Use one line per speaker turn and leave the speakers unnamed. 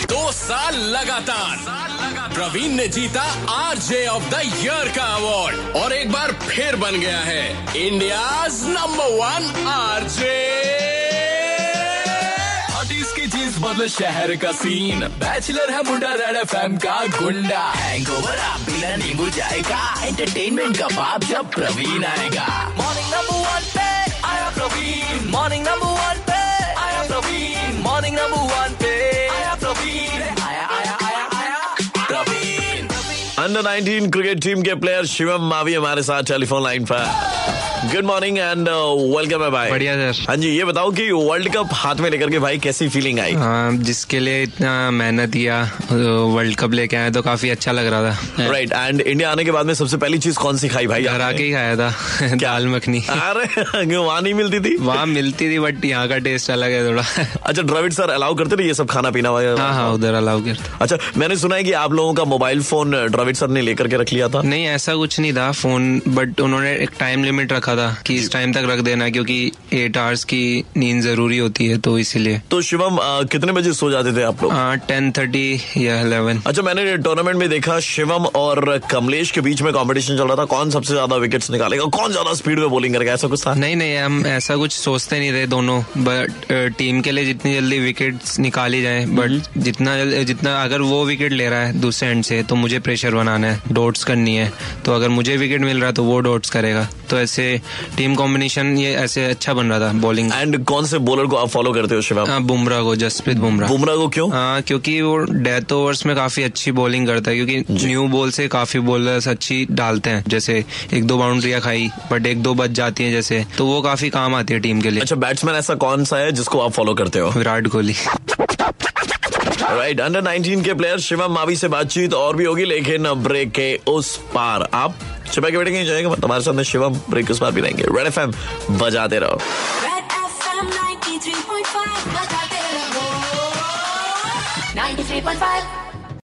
दो साल लगातार प्रवीण ने जीता आरजे ऑफ द ईयर का अवार्ड और एक बार फिर बन गया है India's number one RJ hotties की चीज बदल शहर का सीन बैचलर है मुंडा रेड एफएम का गुंडा हैंगओवर आप बिना नींबू जाएगा एंटरटेनमेंट का बाप जब प्रवीण आएगा मॉर्निंग नंबर वन पे आया प्रवीण मॉर्निंग नंबर वन पे आया प्रवीण मॉर्निंग नंबर वन पे आया प्रवीण आया आया आया आया प्रवीण
अंडर 19 क्रिकेट टीम के प्लेयर शिवम मावी हमारे साथ टेलीफोन लाइन पर good morning and welcome uh, है भाई
बढ़िया सर।
हाँ जी ये बताओ कि वर्ल्ड कप हाथ में लेकर के भाई कैसी फीलिंग आई
हाँ, जिसके लिए इतना मेहनत किया वर्ल्ड कप लेके आए तो काफी अच्छा लग रहा था
राइट एंड इंडिया आने के बाद में सबसे पहली चीज कौन सी खाई भाई
घर आके
आपने?
ही खाया था दाल मखनी
अरे वहाँ नहीं मिलती थी
वहाँ मिलती थी बट यहाँ का टेस्ट अलग है थोड़ा
अच्छा द्रविड सर अलाउ करते थे ये सब खाना पीना
हाँ
वगैरह
हाँ उधर अलाउ करता
अच्छा मैंने सुना है कि आप लोगों का मोबाइल फोन द्रविड सर ने लेकर के रख लिया था
नहीं ऐसा कुछ नहीं था फोन बट उन्होंने एक टाइम लिमिट रखा था कि इस टाइम तक रख देना क्योंकि एट आवर्स की नींद जरूरी होती है तो इसीलिए
तो शिवम अ, कितने बजे सो जाते थे आप लोग
टेन थर्टी या इलेवन
अच्छा मैंने टूर्नामेंट में देखा शिवम और कमलेश के बीच में कंपटीशन चल रहा था कौन सबसे ज्यादा विकेट्स निकालेगा कौन ज्यादा स्पीड में बॉलिंग करेगा ऐसा कुछ था
नहीं नहीं हम ऐसा कुछ सोचते नहीं रहे दोनों बट टीम के लिए जितनी जल्दी विकेट निकाली जाए बट जितना जल- जितना अगर वो विकेट ले रहा है दूसरे एंड से तो मुझे प्रेशर बनाना है डॉट्स करनी है तो अगर मुझे विकेट मिल रहा है तो वो डॉट्स करेगा तो ऐसे टीम कॉम्बिनेशन ये ऐसे अच्छा बन रहा था बॉलिंग
एंड कौन से बॉलर को आप फॉलो करते हो शिवम
बुमराह को जसप्रीत बुमराह
बुमराह को क्यों
हाँ क्योंकि वो डेथ ओवर्स में काफी अच्छी बॉलिंग करता है क्योंकि न्यू बॉल से काफी बॉलर्स अच्छी डालते हैं जैसे एक दो बाउंड्रियां खाई बट एक दो बच जाती हैं जैसे तो वो काफी काम आती है टीम के लिए
अच्छा बैट्समैन ऐसा कौन सा है जिसको आप फॉलो करते हो
विराट कोहली
राइट अंडर 19 के प्लेयर शिवम मावी से बातचीत और भी होगी लेकिन ब्रेक के उस पार आप छिपा के बैठे कहीं जाएंगे तुम्हारे साथ में शिवम ब्रेक के उस पार भी रहेंगे रेड एफएम बजाते रहो
Red FM 93.5 बजाते रहो 93.5